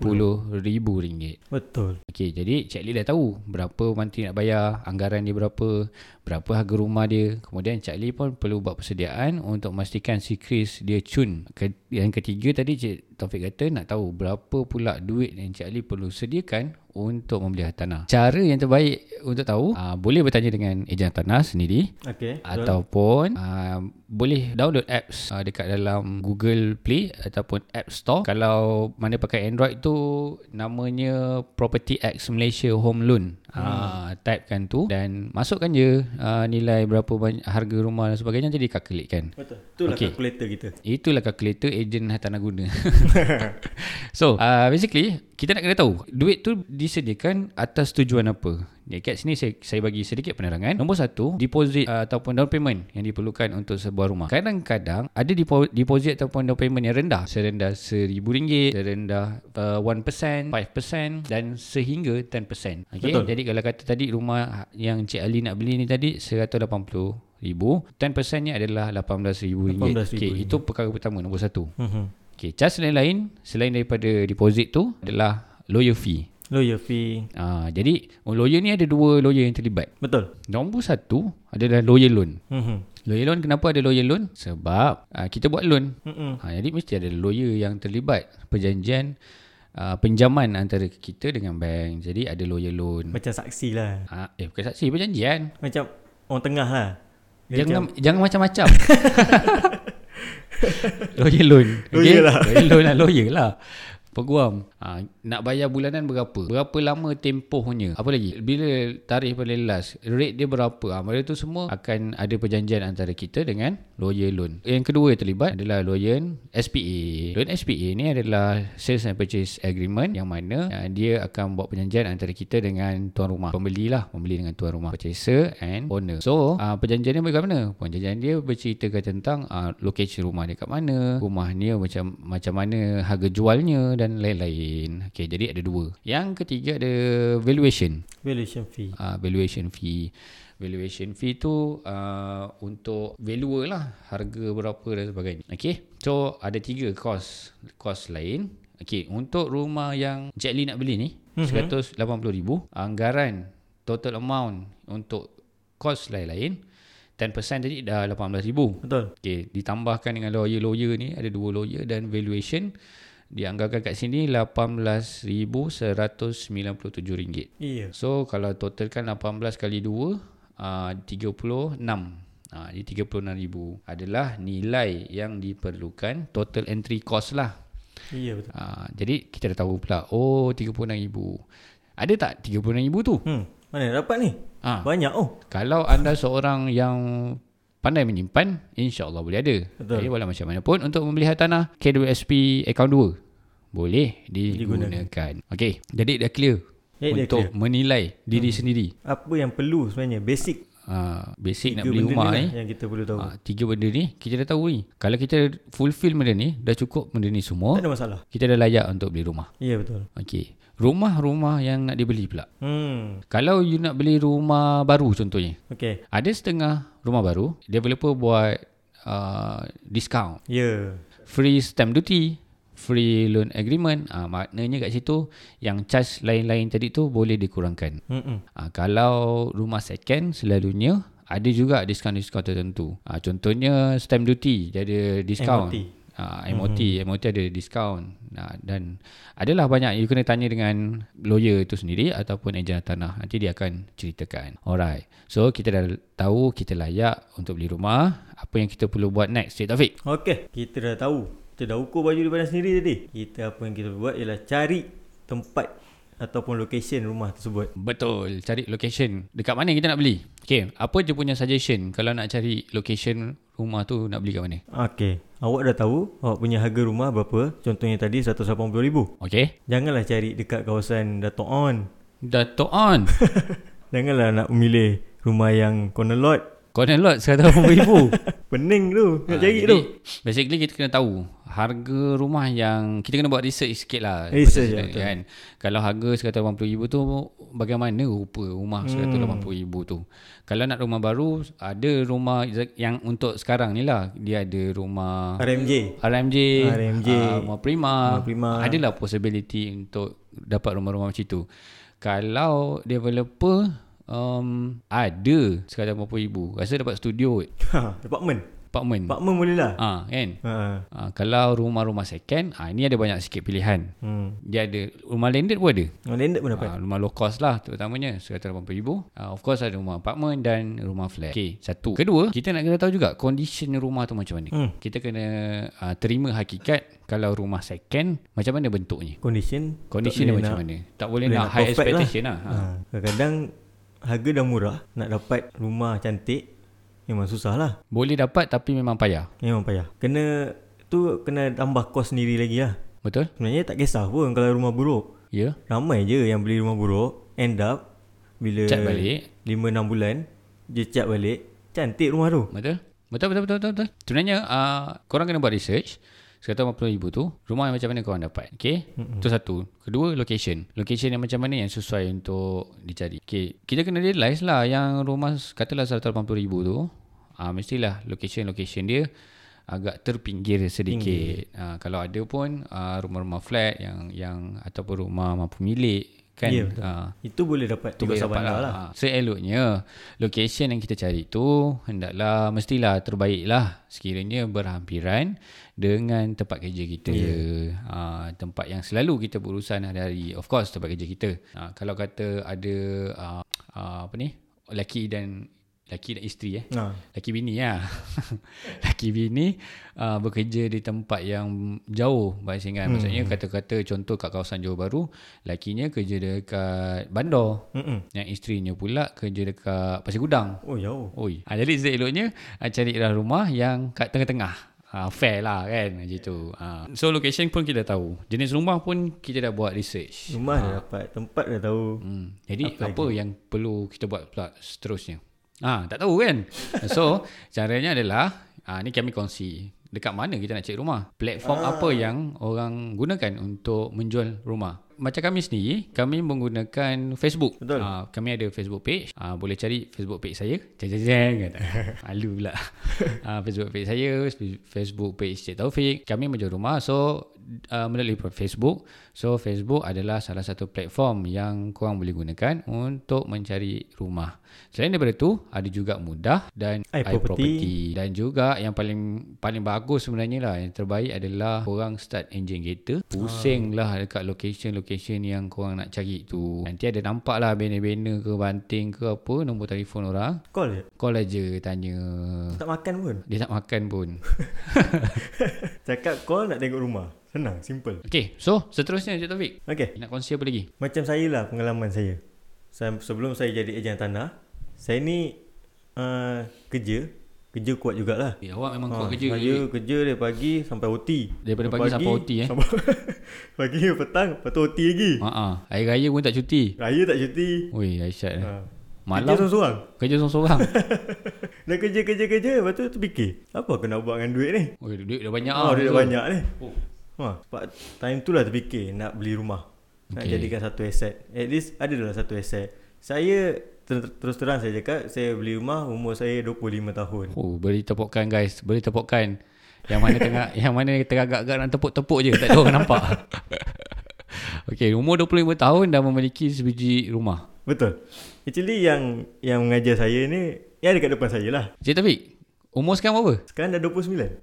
[SPEAKER 1] RM180,000.
[SPEAKER 2] Betul.
[SPEAKER 1] Okey, jadi Cik Ali dah tahu berapa nanti nak bayar, anggaran dia berapa, berapa harga rumah dia. Kemudian Cik Ali pun perlu buat persediaan untuk memastikan si Chris dia cun. Ke- Yang ketiga tadi Cik Taufik kata nak tahu berapa pula duit yang Cik Ali perlu sediakan untuk membeli hartanah. Cara yang terbaik untuk tahu, aa, boleh bertanya dengan ejen hartanah sendiri
[SPEAKER 2] Okay.
[SPEAKER 1] ataupun uh, boleh download apps uh, dekat dalam Google Play ataupun App Store kalau mana pakai Android tu namanya Property X Malaysia Home Loan hmm. uh, typekan tu dan masukkan je uh, nilai berapa banyak harga rumah dan sebagainya jadi kalkulatkan
[SPEAKER 2] Betul. Itulah okay.
[SPEAKER 1] Okey.
[SPEAKER 2] kalkulator kita.
[SPEAKER 1] Itulah kalkulator ejen hartanah guna. so, uh, basically kita nak kena tahu duit tu disediakan atas tujuan apa. Ya, kat sini saya, saya bagi sedikit penerangan. Nombor satu, deposit uh, ataupun down payment yang diperlukan untuk sebuah rumah. Kadang-kadang ada depo- deposit ataupun down payment yang rendah. Serendah RM1,000, serendah uh, 1%, 5% dan sehingga 10%. Okay?
[SPEAKER 2] Betul.
[SPEAKER 1] Jadi kalau kata tadi rumah yang Cik Ali nak beli ni tadi RM180,000. 10% nya adalah RM18,000.
[SPEAKER 2] RM18,000.
[SPEAKER 1] Okay, itu perkara pertama nombor satu.
[SPEAKER 2] Mm-hmm.
[SPEAKER 1] Okay, charge lain-lain selain daripada deposit tu adalah lawyer fee.
[SPEAKER 2] Lawyer fee.
[SPEAKER 1] Ah, jadi oh, lawyer ni ada dua lawyer yang terlibat.
[SPEAKER 2] Betul.
[SPEAKER 1] Nombor satu adalah lawyer loan.
[SPEAKER 2] Mm-hmm.
[SPEAKER 1] Lawyer loan kenapa ada lawyer loan? Sebab ah, kita buat loan.
[SPEAKER 2] Mm-hmm.
[SPEAKER 1] Ha, jadi mesti ada lawyer yang terlibat perjanjian ah, penjaman antara kita dengan bank. Jadi ada lawyer loan.
[SPEAKER 2] Macam saksi lah.
[SPEAKER 1] Ah, eh bukan saksi perjanjian.
[SPEAKER 2] Macam orang tengah lah. Dia
[SPEAKER 1] Jangan jangan macam-macam. lawyer loan.
[SPEAKER 2] Lawyer lah.
[SPEAKER 1] Lawyer loan lah, lawyer lah. Peguam. Ha, nak bayar bulanan berapa? Berapa lama tempohnya? Apa lagi? Bila tarikh paling last? Rate dia berapa? Ha, benda tu semua akan ada perjanjian antara kita dengan lawyer loan. Yang kedua yang terlibat adalah lawyer SPA. Loan SPA ni adalah Sales and Purchase Agreement yang mana ha, dia akan buat perjanjian antara kita dengan tuan rumah. Pembeli lah. Pembeli dengan tuan rumah. Purchaser and owner. So, ha, perjanjian dia bagaimana? Perjanjian dia berceritakan tentang ha, lokasi rumah dia kat mana, rumah dia macam macam mana harga jualnya dan lain-lain. Okey, jadi ada dua. Yang ketiga ada valuation.
[SPEAKER 2] Valuation fee.
[SPEAKER 1] Uh, valuation fee. Valuation fee tu uh, untuk valuer lah, harga berapa dan sebagainya. Okey. So ada tiga kos kos lain. Okey, untuk rumah yang Jet Li nak beli ni mm-hmm. 180,000 anggaran total amount untuk kos lain-lain 10% jadi dah 18,000.
[SPEAKER 2] Betul.
[SPEAKER 1] Okey, ditambahkan dengan lawyer-lawyer ni ada dua lawyer dan valuation dianggarkan kat sini RM18,197.
[SPEAKER 2] Ya.
[SPEAKER 1] So kalau totalkan 18 kali 2 uh, 36 Ha, di RM36,000 adalah nilai yang diperlukan total entry cost lah.
[SPEAKER 2] Ya betul.
[SPEAKER 1] Ha, jadi kita dah tahu pula, oh RM36,000. Ada tak RM36,000 tu?
[SPEAKER 2] Hmm. Mana dapat ni?
[SPEAKER 1] Ha,
[SPEAKER 2] Banyak oh.
[SPEAKER 1] kalau anda seorang yang pandai menyimpan, insya-Allah boleh ada.
[SPEAKER 2] Betul.
[SPEAKER 1] Jadi walau macam mana pun untuk membeli tanah KWSP akaun 2 boleh digunakan. Okey, jadi dah clear
[SPEAKER 2] Jadi Hmm. dah
[SPEAKER 1] untuk menilai diri sendiri.
[SPEAKER 2] Eh, Apa yang perlu sebenarnya? Basic.
[SPEAKER 1] Ha, basic nak
[SPEAKER 2] Tiga
[SPEAKER 1] beli
[SPEAKER 2] benda
[SPEAKER 1] rumah
[SPEAKER 2] ni
[SPEAKER 1] ni.
[SPEAKER 2] lah yang kita perlu tahu.
[SPEAKER 1] Ha, tiga benda ni kita dah tahu ni. Kalau kita fulfill benda ni, dah cukup benda ni
[SPEAKER 2] Tak
[SPEAKER 1] semua,
[SPEAKER 2] ada masalah.
[SPEAKER 1] kita dah layak untuk beli rumah.
[SPEAKER 2] Ya betul.
[SPEAKER 1] Okey. Rumah-rumah yang nak dibeli pula.
[SPEAKER 2] Hmm.
[SPEAKER 1] Kalau you nak beli rumah baru contohnya,
[SPEAKER 2] Okey.
[SPEAKER 1] ada setengah rumah baru, developer buat uh, discount.
[SPEAKER 2] Ya.
[SPEAKER 1] Free stamp duty, free loan agreement. Uh, maknanya kat situ yang charge lain-lain tadi tu boleh dikurangkan.
[SPEAKER 2] Hmm.
[SPEAKER 1] Uh, kalau rumah second selalunya ada juga diskaun-diskaun tertentu. Uh, contohnya stamp duty, dia ada diskaun.
[SPEAKER 2] MOT.
[SPEAKER 1] Uh, MOT, mm-hmm. MOT ada diskaun uh, dan adalah banyak you kena tanya dengan lawyer itu sendiri ataupun ejen tanah nanti dia akan ceritakan alright so kita dah tahu kita layak untuk beli rumah apa yang kita perlu buat next Cik Taufik
[SPEAKER 2] Okey, kita dah tahu. Kita dah ukur baju daripada sendiri tadi. Kita apa yang kita buat ialah cari tempat ataupun location rumah tersebut.
[SPEAKER 1] betul cari location dekat mana kita nak beli Okay, apa je punya suggestion kalau nak cari location rumah tu nak beli kat mana
[SPEAKER 2] Okey, awak dah tahu awak punya harga rumah berapa? Contohnya tadi RM180,000.
[SPEAKER 1] Okay
[SPEAKER 2] Janganlah cari dekat kawasan Dato' On.
[SPEAKER 1] Dato' On
[SPEAKER 2] Janganlah nak memilih rumah yang corner lot.
[SPEAKER 1] Corner lot RM180,000
[SPEAKER 2] Pening tu, nak
[SPEAKER 1] Ah,
[SPEAKER 2] cari
[SPEAKER 1] jadi,
[SPEAKER 2] tu.
[SPEAKER 1] Basically kita kena tahu harga rumah yang kita kena buat research sikit lah.
[SPEAKER 2] Research,
[SPEAKER 1] pasal
[SPEAKER 2] ya,
[SPEAKER 1] sini, kan. Kalau harga RM180,000 tu bagaimana rupa rumah
[SPEAKER 2] Hmm.
[SPEAKER 1] RM180,000 tu. Kalau nak rumah baru ada rumah yang untuk sekarang ni lah. Dia ada rumah
[SPEAKER 2] RMJ.
[SPEAKER 1] RMJ,
[SPEAKER 2] RMJ,
[SPEAKER 1] ah, rumah Prima,
[SPEAKER 2] rumah Prima.
[SPEAKER 1] Adalah possibility untuk dapat rumah-rumah macam tu. Kalau developer um, ada RM180,000. Rasa dapat studio kot.
[SPEAKER 2] Ha, apartment.
[SPEAKER 1] Apartment.
[SPEAKER 2] Apartment boleh lah.
[SPEAKER 1] Ah, kan?
[SPEAKER 2] Ha.
[SPEAKER 1] Ha, kalau rumah-rumah second, ha, ni ada banyak sikit pilihan.
[SPEAKER 2] Hmm.
[SPEAKER 1] Dia ada rumah landed pun ada.
[SPEAKER 2] Landed pun
[SPEAKER 1] Ha,
[SPEAKER 2] dapat.
[SPEAKER 1] rumah low cost lah terutamanya RM180,000. Ha, of course ada rumah apartmen dan rumah flat. Okey, satu. Kedua, kita nak kena tahu juga condition rumah tu macam mana.
[SPEAKER 2] Hmm.
[SPEAKER 1] Kita kena ha, terima hakikat kalau rumah second macam mana bentuknya.
[SPEAKER 2] Condition.
[SPEAKER 1] Condition
[SPEAKER 2] tak
[SPEAKER 1] dia
[SPEAKER 2] boleh
[SPEAKER 1] macam
[SPEAKER 2] nak-
[SPEAKER 1] mana. Tak boleh
[SPEAKER 2] boleh
[SPEAKER 1] nak
[SPEAKER 2] nak
[SPEAKER 1] high
[SPEAKER 2] perfect lah.
[SPEAKER 1] expectation lah. lah. Ha.
[SPEAKER 2] Ha. Kadang-kadang harga dah murah, nak dapat rumah cantik memang susah lah.
[SPEAKER 1] Boleh dapat tapi memang payah.
[SPEAKER 2] Memang payah. Kena tu kena tambah kos sendiri lagi lah.
[SPEAKER 1] Betul?
[SPEAKER 2] Sebenarnya tak kisah pun kalau rumah buruk.
[SPEAKER 1] Ya. Yeah.
[SPEAKER 2] Ramai je yang beli rumah buruk end up bila
[SPEAKER 1] Cat balik.
[SPEAKER 2] 5-6 bulan dia cat balik cantik rumah tu.
[SPEAKER 1] Betul? Betul, betul, betul, betul. betul. Sebenarnya, uh, korang kena buat research. RM150,000 tu, rumah yang macam mana korang dapat. Okay? Mm-hmm. Itu satu. Kedua, location. Location yang macam mana yang sesuai untuk dicari. Okay. Kita kena realise lah yang rumah katalah RM180,000 tu, uh, mestilah location-location dia agak terpinggir sedikit. Uh, kalau ada pun uh, rumah-rumah flat yang yang ataupun rumah mampu milik kan.
[SPEAKER 2] Ya,
[SPEAKER 1] Yeah,
[SPEAKER 2] betul.
[SPEAKER 1] uh,
[SPEAKER 2] Itu boleh dapat
[SPEAKER 1] tu boleh dapat lah. lah. Seeloknya location yang kita cari tu hendaklah mestilah terbaik lah sekiranya berhampiran dengan tempat kerja kita. Yeah. tempat yang selalu kita berurusan hari-hari. Of course Ha, tempat kerja kita. Ah, kalau kata ada ah, ah, apa ni ha, lelaki dan laki dan isteri eh.
[SPEAKER 2] Ha.
[SPEAKER 1] Laki bini lah. Laki bini uh, bekerja di tempat yang jauh bahasa Inggeris. Hmm. Maksudnya kata-kata contoh kat kawasan Johor Bahru, lakinya kerja dekat bandar.
[SPEAKER 2] Mm-mm.
[SPEAKER 1] Yang isterinya pula kerja dekat Pasir Gudang.
[SPEAKER 2] Oh jauh.
[SPEAKER 1] Oi. Ha, jadi seeloknya ha, cari daerah rumah yang kat tengah-tengah. Ha, fair lah kan macam tu. Ha. So location pun kita tahu. Jenis rumah pun kita dah buat research.
[SPEAKER 2] Rumah dah dapat, tempat dah tahu.
[SPEAKER 1] Hmm. Jadi apa, apa yang perlu kita buat pula seterusnya? Ah, tak tahu kan. So, caranya adalah ah ni kami kongsi dekat mana kita nak cari rumah. Platform ah. apa yang orang gunakan untuk menjual rumah. Macam kami sendiri, kami menggunakan Facebook.
[SPEAKER 2] Betul.
[SPEAKER 1] Ah, kami ada Facebook page. Ah, boleh cari Facebook page saya. Jeng jeng jeng kata. Malu pula. Ah, Facebook page saya, Facebook page Cik Taufik. Kami menjual rumah. So, uh, melalui Facebook. So Facebook adalah salah satu platform yang korang boleh gunakan untuk mencari rumah. Selain daripada tu, ada juga Mudah dan
[SPEAKER 2] iProperty.
[SPEAKER 1] iProperty dan juga yang paling paling bagus sebenarnya lah yang terbaik adalah korang start engine kereta,
[SPEAKER 2] Ah.
[SPEAKER 1] pusing lah dekat location-location yang korang nak cari tu. Nanti ada nampak lah banner-banner ke banting ke apa nombor telefon orang.
[SPEAKER 2] Call je.
[SPEAKER 1] Call aja tanya
[SPEAKER 2] Tak makan pun.
[SPEAKER 1] dia tak makan pun.
[SPEAKER 2] Cakap call nak tengok rumah. Senang, simple.
[SPEAKER 1] Okay, so seterusnya Cik Taufik.
[SPEAKER 2] Okay.
[SPEAKER 1] Nak kongsi apa lagi?
[SPEAKER 2] Macam saya lah pengalaman saya. saya sebelum saya jadi ejen tanah, saya ni uh, kerja. Kerja kuat jugalah.
[SPEAKER 1] Eh, awak memang
[SPEAKER 2] Ha,
[SPEAKER 1] kuat kerja
[SPEAKER 2] Saya kerja dari pagi sampai OT.
[SPEAKER 1] Daripada pagi sampai OT, eh?
[SPEAKER 2] Sampai pagi petang, lepas tu OT lagi.
[SPEAKER 1] Ha ah, hari raya pun tak cuti.
[SPEAKER 2] Raya tak cuti.
[SPEAKER 1] Oi, Aisyat. Ha.
[SPEAKER 2] Ha.
[SPEAKER 1] Malam
[SPEAKER 2] Kerja seorang-seorang.
[SPEAKER 1] kerja seorang-seorang.
[SPEAKER 2] Dah kerja-kerja-kerja, lepas tu terfikir. Apa aku nak buat dengan duit ni?
[SPEAKER 1] Oi, duit dah banyak lah.
[SPEAKER 2] Ah, oh, duit
[SPEAKER 1] tu.
[SPEAKER 2] dah banyak ni.
[SPEAKER 1] Oh.
[SPEAKER 2] Ha, sebab time tu lah terfikir nak beli rumah. Nak
[SPEAKER 1] Okay.
[SPEAKER 2] okay. jadikan satu aset. At least ada lah satu aset. Saya ter- terus terang saya cakap, saya beli rumah umur saya 25 tahun.
[SPEAKER 1] Oh, beri tepukkan guys, beri tepukkan. Yang mana tengah yang mana teragak-agak nak tepuk-tepuk je, tak ada orang nampak. Okey, umur 25 tahun dah memiliki sebiji rumah.
[SPEAKER 2] Betul. Actually yang yang mengajar saya ni, yang dekat depan saya lah.
[SPEAKER 1] Cik Taufik, umur sekarang berapa?
[SPEAKER 2] Sekarang dah
[SPEAKER 1] 29.
[SPEAKER 2] 29.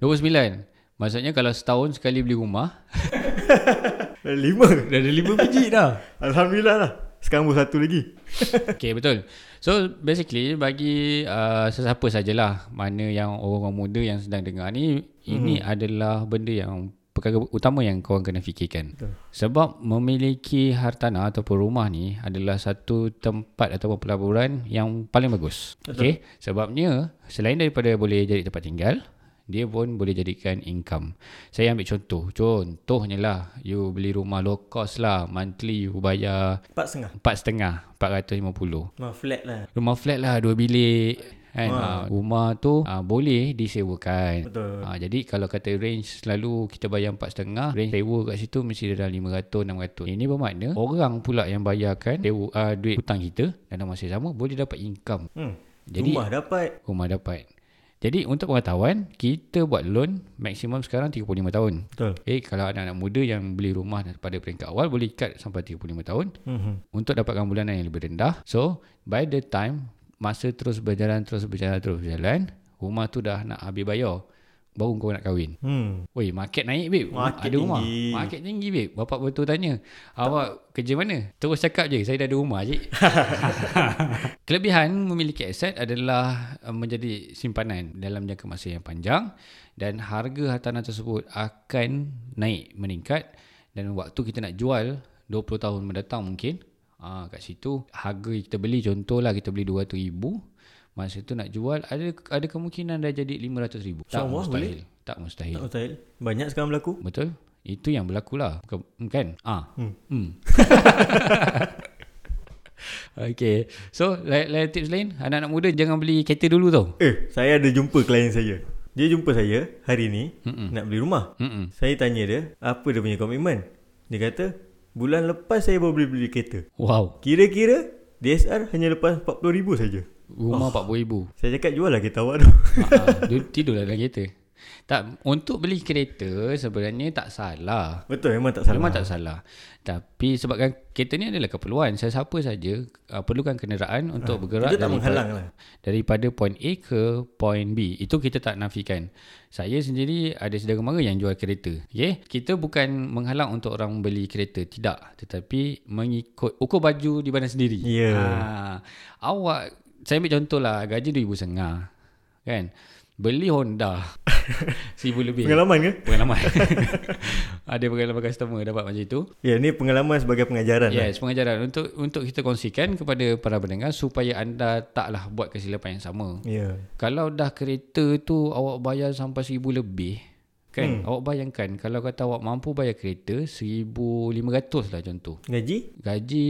[SPEAKER 1] Maksudnya kalau setahun sekali beli rumah,
[SPEAKER 2] Dah 5.
[SPEAKER 1] dah ada 5 biji dah.
[SPEAKER 2] Alhamdulillah lah. Sekarang baru satu lagi.
[SPEAKER 1] Okay betul So basically bagi uh, sesiapa sajalah Mana yang orang-orang muda yang sedang dengar ni Ini adalah benda yang perkara utama yang korang kena fikirkan
[SPEAKER 2] Betul.
[SPEAKER 1] Sebab memiliki hartanah ataupun rumah ni Adalah satu tempat ataupun pelaburan yang paling bagus Okay Sebabnya selain daripada boleh jadi tempat tinggal dia pun boleh jadikan income. Saya ambil contoh. Contohnya lah, you beli rumah low cost lah. Monthly you bayar
[SPEAKER 2] 4.5.
[SPEAKER 1] empat setengah, empat ratus lima puluh.
[SPEAKER 2] Mah flat lah.
[SPEAKER 1] Rumah flat lah, dua bilik. Kan? Ha.
[SPEAKER 2] Ah.
[SPEAKER 1] rumah tu ha, boleh disewakan.
[SPEAKER 2] Betul.
[SPEAKER 1] Ha, jadi kalau kata range selalu kita bayar empat setengah, range sewa kat situ mesti dalam lima ratus, enam ratus. Ini bermakna orang pula yang bayarkan sewa, uh, duit hutang kita dalam masa yang sama boleh dapat income.
[SPEAKER 2] Hmm.
[SPEAKER 1] Jadi-
[SPEAKER 2] Jadi, rumah dapat.
[SPEAKER 1] Rumah dapat. Jadi untuk pengetahuan, kita buat loan maksimum sekarang 35 tahun.
[SPEAKER 2] Betul.
[SPEAKER 1] Eh kalau anak-anak muda yang beli rumah pada peringkat awal boleh ikat sampai 35 tahun
[SPEAKER 2] Hmm.
[SPEAKER 1] untuk dapatkan bulanan yang lebih rendah. So, by the time masa terus berjalan, terus berjalan, terus berjalan, rumah tu dah nak habis bayar. Baru kau nak kahwin.
[SPEAKER 2] Hmm.
[SPEAKER 1] Woi, market naik babe.
[SPEAKER 2] Market
[SPEAKER 1] ada rumah.
[SPEAKER 2] tinggi.
[SPEAKER 1] Market tinggi babe. Bapak betul tanya, awak kerja mana? Terus cakap je, saya dah ada rumah cik. Kelebihan memiliki aset adalah uh, menjadi simpanan dalam jangka masa yang panjang dan harga hartanah tersebut akan naik meningkat dan waktu kita nak jual 20 tahun mendatang mungkin ah kat situ harga kita beli contohlah kita beli 200 ribu masa tu nak jual ada ada kemungkinan dah jadi 500 ribu tak
[SPEAKER 2] InsyaAllah
[SPEAKER 1] mustahil tak mustahil
[SPEAKER 2] Tak mustahil. Banyak sekarang berlaku.
[SPEAKER 1] Betul? Itu yang berlaku lah. Bukan, kan? Ah. Hmm. hmm. okay. So, lain, lain tips lain. Anak-anak muda jangan beli kereta dulu tau.
[SPEAKER 2] Eh, saya ada jumpa klien saya. Dia jumpa saya hari ni Mm-mm. nak beli rumah.
[SPEAKER 1] Mm-mm.
[SPEAKER 2] Saya tanya dia, apa dia punya komitmen? Dia kata, bulan lepas saya baru boleh beli kereta.
[SPEAKER 1] Wow.
[SPEAKER 2] Kira-kira DSR hanya lepas 40,000 saja. Oh.
[SPEAKER 1] Rumah RM40,000.
[SPEAKER 2] Saya cakap jual lah kereta awak tu.
[SPEAKER 1] Ah, ah. Dia tidurlah dalam kereta. Tak, untuk beli kereta sebenarnya tak salah.
[SPEAKER 2] Betul memang tak salah.
[SPEAKER 1] Memang tak salah. Tapi sebabkan kereta ni adalah keperluan. Sesiapa saja uh, perlukan kenderaan untuk bergerak
[SPEAKER 2] Ah, Kita tak
[SPEAKER 1] daripada-
[SPEAKER 2] menghalang lah.
[SPEAKER 1] daripada point A ke point B. Itu kita tak nafikan. Saya sendiri ada saudara mara yang jual kereta. Okay? Kita bukan menghalang untuk orang beli kereta. Tidak. Tetapi mengikut ukur baju di badan sendiri.
[SPEAKER 2] Ya.
[SPEAKER 1] Ha, awak saya ambil contoh lah gaji RM2,500 kan. Beli Honda RM1,000 lebih.
[SPEAKER 2] Pengalaman ke?
[SPEAKER 1] Pengalaman. Ada pengalaman customer dapat macam itu.
[SPEAKER 2] Ya, ni pengalaman sebagai pengajaran lah.
[SPEAKER 1] Yes, pengajaran untuk untuk kita kongsikan kepada para pendengar supaya anda taklah buat kesilapan yang sama.
[SPEAKER 2] Ya.
[SPEAKER 1] Kalau dah kereta tu awak bayar sampai seribu lebih kan hmm. awak bayangkan kalau kata awak mampu bayar kereta 1500 lah contoh
[SPEAKER 2] Gaji?
[SPEAKER 1] gaji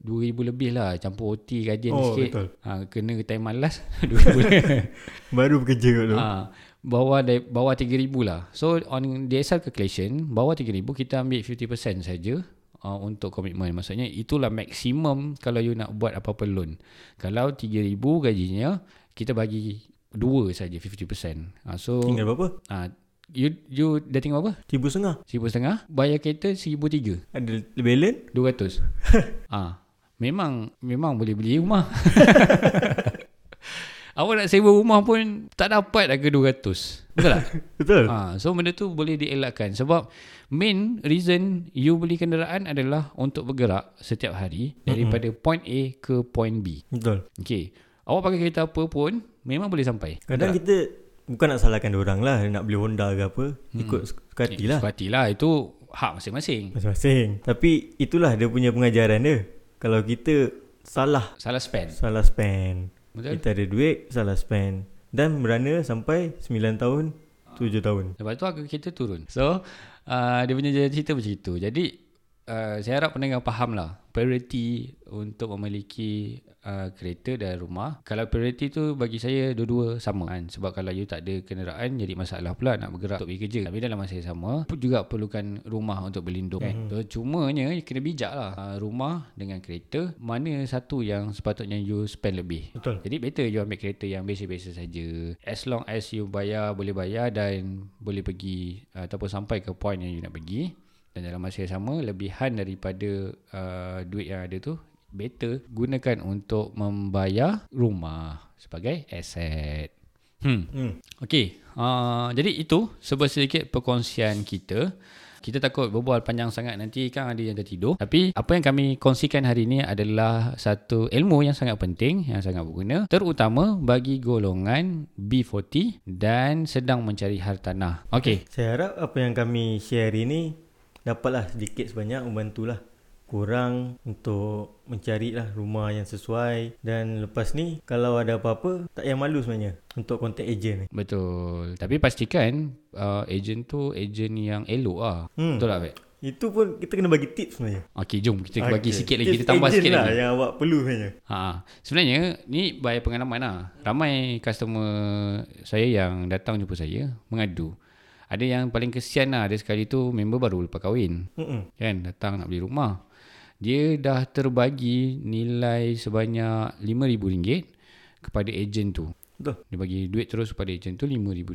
[SPEAKER 1] 2000 lebih lah campur OT gajian
[SPEAKER 2] Oh,
[SPEAKER 1] sikit
[SPEAKER 2] betul.
[SPEAKER 1] ha, kena time malas 2000
[SPEAKER 2] Baru bekerja kot tu.
[SPEAKER 1] ha, bawah dari, bawah 3000 lah so on DSR calculation bawah 3000 kita ambil 50% saja uh, untuk komitmen maksudnya itulah maksimum kalau you nak buat apa-apa loan kalau 3000 gajinya kita bagi dua saja 50% uh, so
[SPEAKER 2] Tinggal berapa?
[SPEAKER 1] uh, you you dah tengok apa
[SPEAKER 2] Tibu setengah.
[SPEAKER 1] 1500 bayar kereta 1300
[SPEAKER 2] Ada balance?
[SPEAKER 1] 200 ah memang memang boleh beli rumah awak nak sewa rumah pun tak dapat harga 200 betul tak
[SPEAKER 2] Betul.
[SPEAKER 1] ha, so benda tu boleh dielakkan sebab main reason you beli kenderaan adalah untuk bergerak setiap hari daripada mm-hmm. point A ke point B
[SPEAKER 2] Betul.
[SPEAKER 1] okey awak pakai kereta apa pun memang boleh sampai
[SPEAKER 2] Kadang kita bukan nak salahkan orang lah nak beli Honda ke apa. Ikut suka hati lah.
[SPEAKER 1] suka hati lah itu hak masing-masing
[SPEAKER 2] Masing-masing. Tapi itulah dia punya pengajaran dia. Kalau kita salah,
[SPEAKER 1] salah spend
[SPEAKER 2] salah spend.
[SPEAKER 1] betul
[SPEAKER 2] Kita ada duit, salah spend. Dan merana sampai 9 tahun, 7 tahun.
[SPEAKER 1] Lepas tu harga kereta turun. So, uh, dia punya jalan cerita macam itu. Jadi, uh, saya harap pendengar faham lah priority untuk memiliki uh, kereta dan rumah. Kalau priority tu bagi saya dua-dua sama kan. Sebab kalau you tak ada kenderaan, jadi masalah pula nak bergerak untuk pergi kerja. Tapi dalam masa yang sama, pun juga perlukan rumah untuk berlindung kan. So, cumanya, you kena bijak lah. Uh, rumah dengan kereta, mana satu yang sepatutnya you spend lebih.
[SPEAKER 2] Betul.
[SPEAKER 1] Jadi better you ambil kereta yang biasa-biasa saja. As long as you bayar, boleh bayar dan boleh pergi uh, ataupun sampai ke point yang you nak pergi. Dan dalam masa yang sama, lebihan daripada uh, duit yang ada tu, better gunakan untuk membayar rumah sebagai aset. Hmm.
[SPEAKER 2] Hmm.
[SPEAKER 1] Okey, uh, jadi itu sebuah sedikit perkongsian kita. Kita takut berbual panjang sangat nanti kan ada yang tertidur. Tapi apa yang kami kongsikan hari ini adalah satu ilmu yang sangat penting, yang sangat berguna. Terutama bagi golongan B40 dan sedang mencari hartanah. Okey,
[SPEAKER 2] Saya harap apa yang kami share hari ni dapatlah sedikit sebanyak membantulah kurang untuk mencari lah rumah yang sesuai dan lepas ni kalau ada apa-apa tak payah malu sebenarnya untuk contact ejen ni.
[SPEAKER 1] betul. Tapi pastikan uh, ejen tu ejen yang elok lah. Hmm.
[SPEAKER 2] Hmm.
[SPEAKER 1] Betul tak, Fik?
[SPEAKER 2] Itu pun kita kena bagi tips sebenarnya.
[SPEAKER 1] Okey, jom kita okay. bagi
[SPEAKER 2] Okey.
[SPEAKER 1] sikit lagi. Kita
[SPEAKER 2] Tips
[SPEAKER 1] tambah
[SPEAKER 2] ejen
[SPEAKER 1] sikit
[SPEAKER 2] lah
[SPEAKER 1] lagi.
[SPEAKER 2] yang awak perlu sebenarnya.
[SPEAKER 1] Ha, sebenarnya ni by pengalaman lah. Ramai customer saya yang datang jumpa saya mengadu. Ada yang paling kesian lah. Ada sekali tu member baru lepas kahwin.
[SPEAKER 2] Mm-mm.
[SPEAKER 1] Kan datang nak beli rumah. Dia dah terbagi nilai sebanyak RM5,000 kepada ejen tu.
[SPEAKER 2] Betul.
[SPEAKER 1] Dia bagi duit terus kepada ejen tu RM5,000.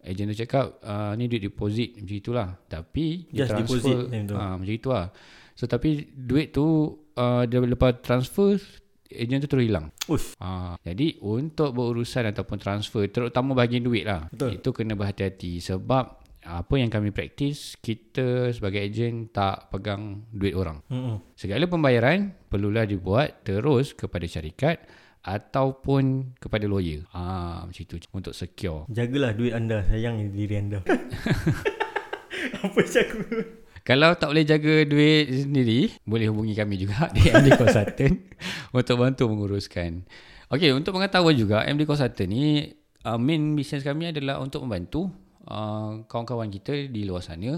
[SPEAKER 1] Ejen tu cakap uh, ni duit deposit macam itulah. Tapi dia
[SPEAKER 2] Just
[SPEAKER 1] transfer
[SPEAKER 2] deposit time tu.
[SPEAKER 1] ah, macam itulah. So tapi duit tu uh, dia lepas transfer ejen tu terus hilang.
[SPEAKER 2] Ush,
[SPEAKER 1] Ha, jadi untuk berurusan ataupun transfer terutama bahagian duit lah
[SPEAKER 2] Betul.
[SPEAKER 1] itu kena berhati-hati sebab apa yang kami praktis kita sebagai ejen tak pegang duit orang.
[SPEAKER 2] Mm-mm.
[SPEAKER 1] Segala pembayaran perlulah dibuat terus kepada syarikat ataupun kepada lawyer. Ah ha, macam itu untuk secure.
[SPEAKER 2] Jagalah duit anda, sayang diri anda. apa cakap?
[SPEAKER 1] Kalau tak boleh jaga duit sendiri, boleh hubungi kami juga di MD Consultant untuk bantu menguruskan. Okey, untuk pengetahuan juga, MD Consultant ni uh, main bisnes kami adalah untuk membantu uh, kawan-kawan kita di luar sana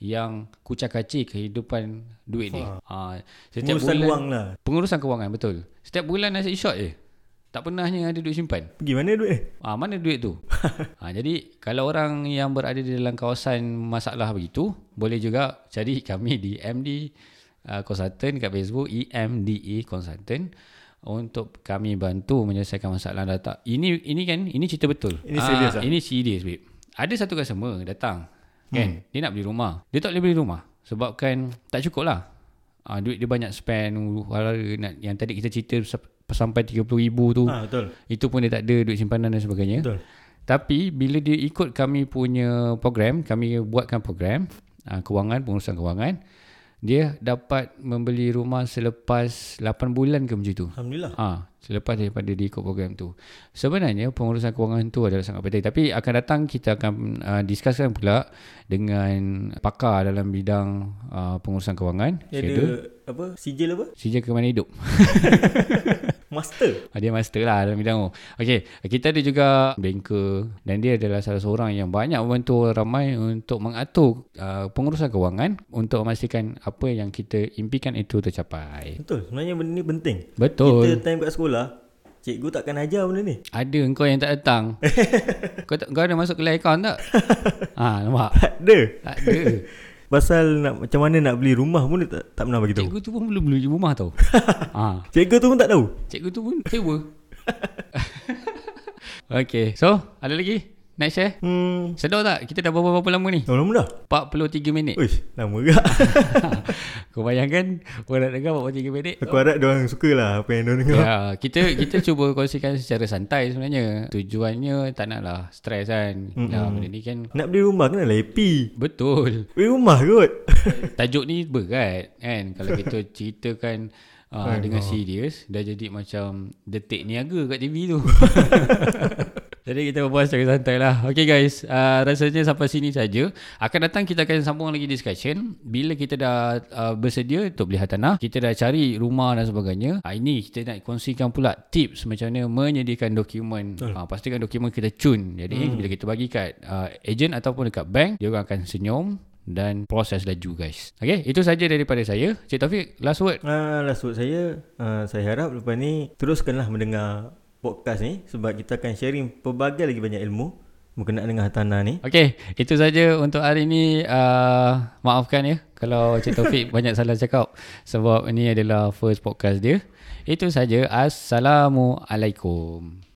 [SPEAKER 1] yang kucak-kacik kehidupan duit ni. Uh, setiap
[SPEAKER 2] Pengurusan
[SPEAKER 1] bulan
[SPEAKER 2] wang lah.
[SPEAKER 1] pengurusan kewangan betul. Setiap bulan nasi short je. Tak pernahnya ada duit simpan.
[SPEAKER 2] Pergi mana duit ni?
[SPEAKER 1] Ah mana duit tu? ah jadi kalau orang yang berada di dalam kawasan masalah begitu, boleh juga cari kami di MD uh, Consultant kat Facebook E EMDA Consultant untuk kami bantu menyelesaikan masalah data. Ini ini kan ini cerita betul.
[SPEAKER 2] Ini serious
[SPEAKER 1] ah. Ini serius babe. Ada satu customer datang kan. Dia nak beli rumah. Dia tak boleh beli rumah sebabkan tak cukup lah. Ah duit dia banyak spend wala- nak yang tadi kita cerita sa- sampai 30,000 tu. Ya.
[SPEAKER 2] Ha, betul.
[SPEAKER 1] Itu pun dia tak ada duit simpanan dan sebagainya.
[SPEAKER 2] Betul.
[SPEAKER 1] Tapi bila dia ikut kami punya program, kami buatkan program uh, ah, kewangan, pengurusan kewangan, dia dapat membeli rumah selepas 8 bulan ke macam tu.
[SPEAKER 2] Alhamdulillah.
[SPEAKER 1] Ah, ha, selepas daripada dia ikut program tu. Sebenarnya pengurusan kewangan tu adalah sangat penting tapi akan datang kita akan uh, discusskan pula dengan pakar dalam bidang uh, pengurusan kewangan.
[SPEAKER 2] Dia ada apa? Sijil apa?
[SPEAKER 1] Sijil ke mana hidup.
[SPEAKER 2] Master.
[SPEAKER 1] Ah, Dia master lah dalam bidang tu. Okey, kita ada juga banker dan dia adalah salah seorang yang banyak membantu orang ramai untuk mengatur uh, pengurusan kewangan untuk memastikan apa yang kita impikan itu tercapai.
[SPEAKER 2] Betul. Sebenarnya benda ni penting.
[SPEAKER 1] Ya. Betul.
[SPEAKER 2] Kita time kat sekolah, cikgu takkan ajar benda ni.
[SPEAKER 1] Ada engkau yang tak datang. kau, tak, kau ada masuk kelas akaun tak? ha, nampak?
[SPEAKER 2] Tak ada.
[SPEAKER 1] Tak ada.
[SPEAKER 2] Pasal nak, macam mana nak beli rumah pun dia tak, tak pernah bagi tahu.
[SPEAKER 1] Cikgu tu pun belum beli rumah tau. ha,
[SPEAKER 2] Cikgu tu pun tak tahu.
[SPEAKER 1] cikgu tu pun sewa. Okey, so ada lagi? Nak share?
[SPEAKER 2] Hmm.
[SPEAKER 1] Sedar tak? Kita dah berapa-berapa lama ni?
[SPEAKER 2] Dah lama dah.
[SPEAKER 1] 43 minit.
[SPEAKER 2] Uish, lama juga.
[SPEAKER 1] Kau bayangkan orang nak dengar 43 minit.
[SPEAKER 2] Aku harap diorang suka lah apa yang diorang dengar.
[SPEAKER 1] Ya, kita kita cuba kongsikan secara santai sebenarnya. Tujuannya tak naklah stres kan. Mm-hmm. Lah benda ni kan
[SPEAKER 2] Nak beli rumah kena lah happy.
[SPEAKER 1] betul.
[SPEAKER 2] Beli rumah kot.
[SPEAKER 1] Tajuk ni berat kan kalau kita ceritakan uh, dengan serius dah jadi macam detik niaga kat TV tu. Jadi kita berbual secara santai lah Okay guys uh, Rasanya sampai sini saja. Akan datang kita akan sambung lagi discussion Bila kita dah uh, bersedia Untuk beli hartanah Kita dah cari rumah dan sebagainya uh, Ini kita nak kongsikan pula Tips macam mana menyediakan dokumen uh, Pastikan dokumen kita cun Jadi hmm. bila kita bagi kat uh, Agent ataupun dekat bank Dia orang akan senyum dan proses laju guys. Okay, itu saja daripada saya. Cik Taufik, last word.
[SPEAKER 2] Ah, last word saya, ah, saya harap lepas ni teruskanlah mendengar podcast ni sebab kita akan sharing pelbagai lagi banyak ilmu berkenaan dengan hartanah ni.
[SPEAKER 1] Okay, itu saja untuk hari ini. Uh, maafkan ya kalau Cik Taufik banyak salah cakap sebab ini adalah first podcast dia. Itu saja. Assalamualaikum.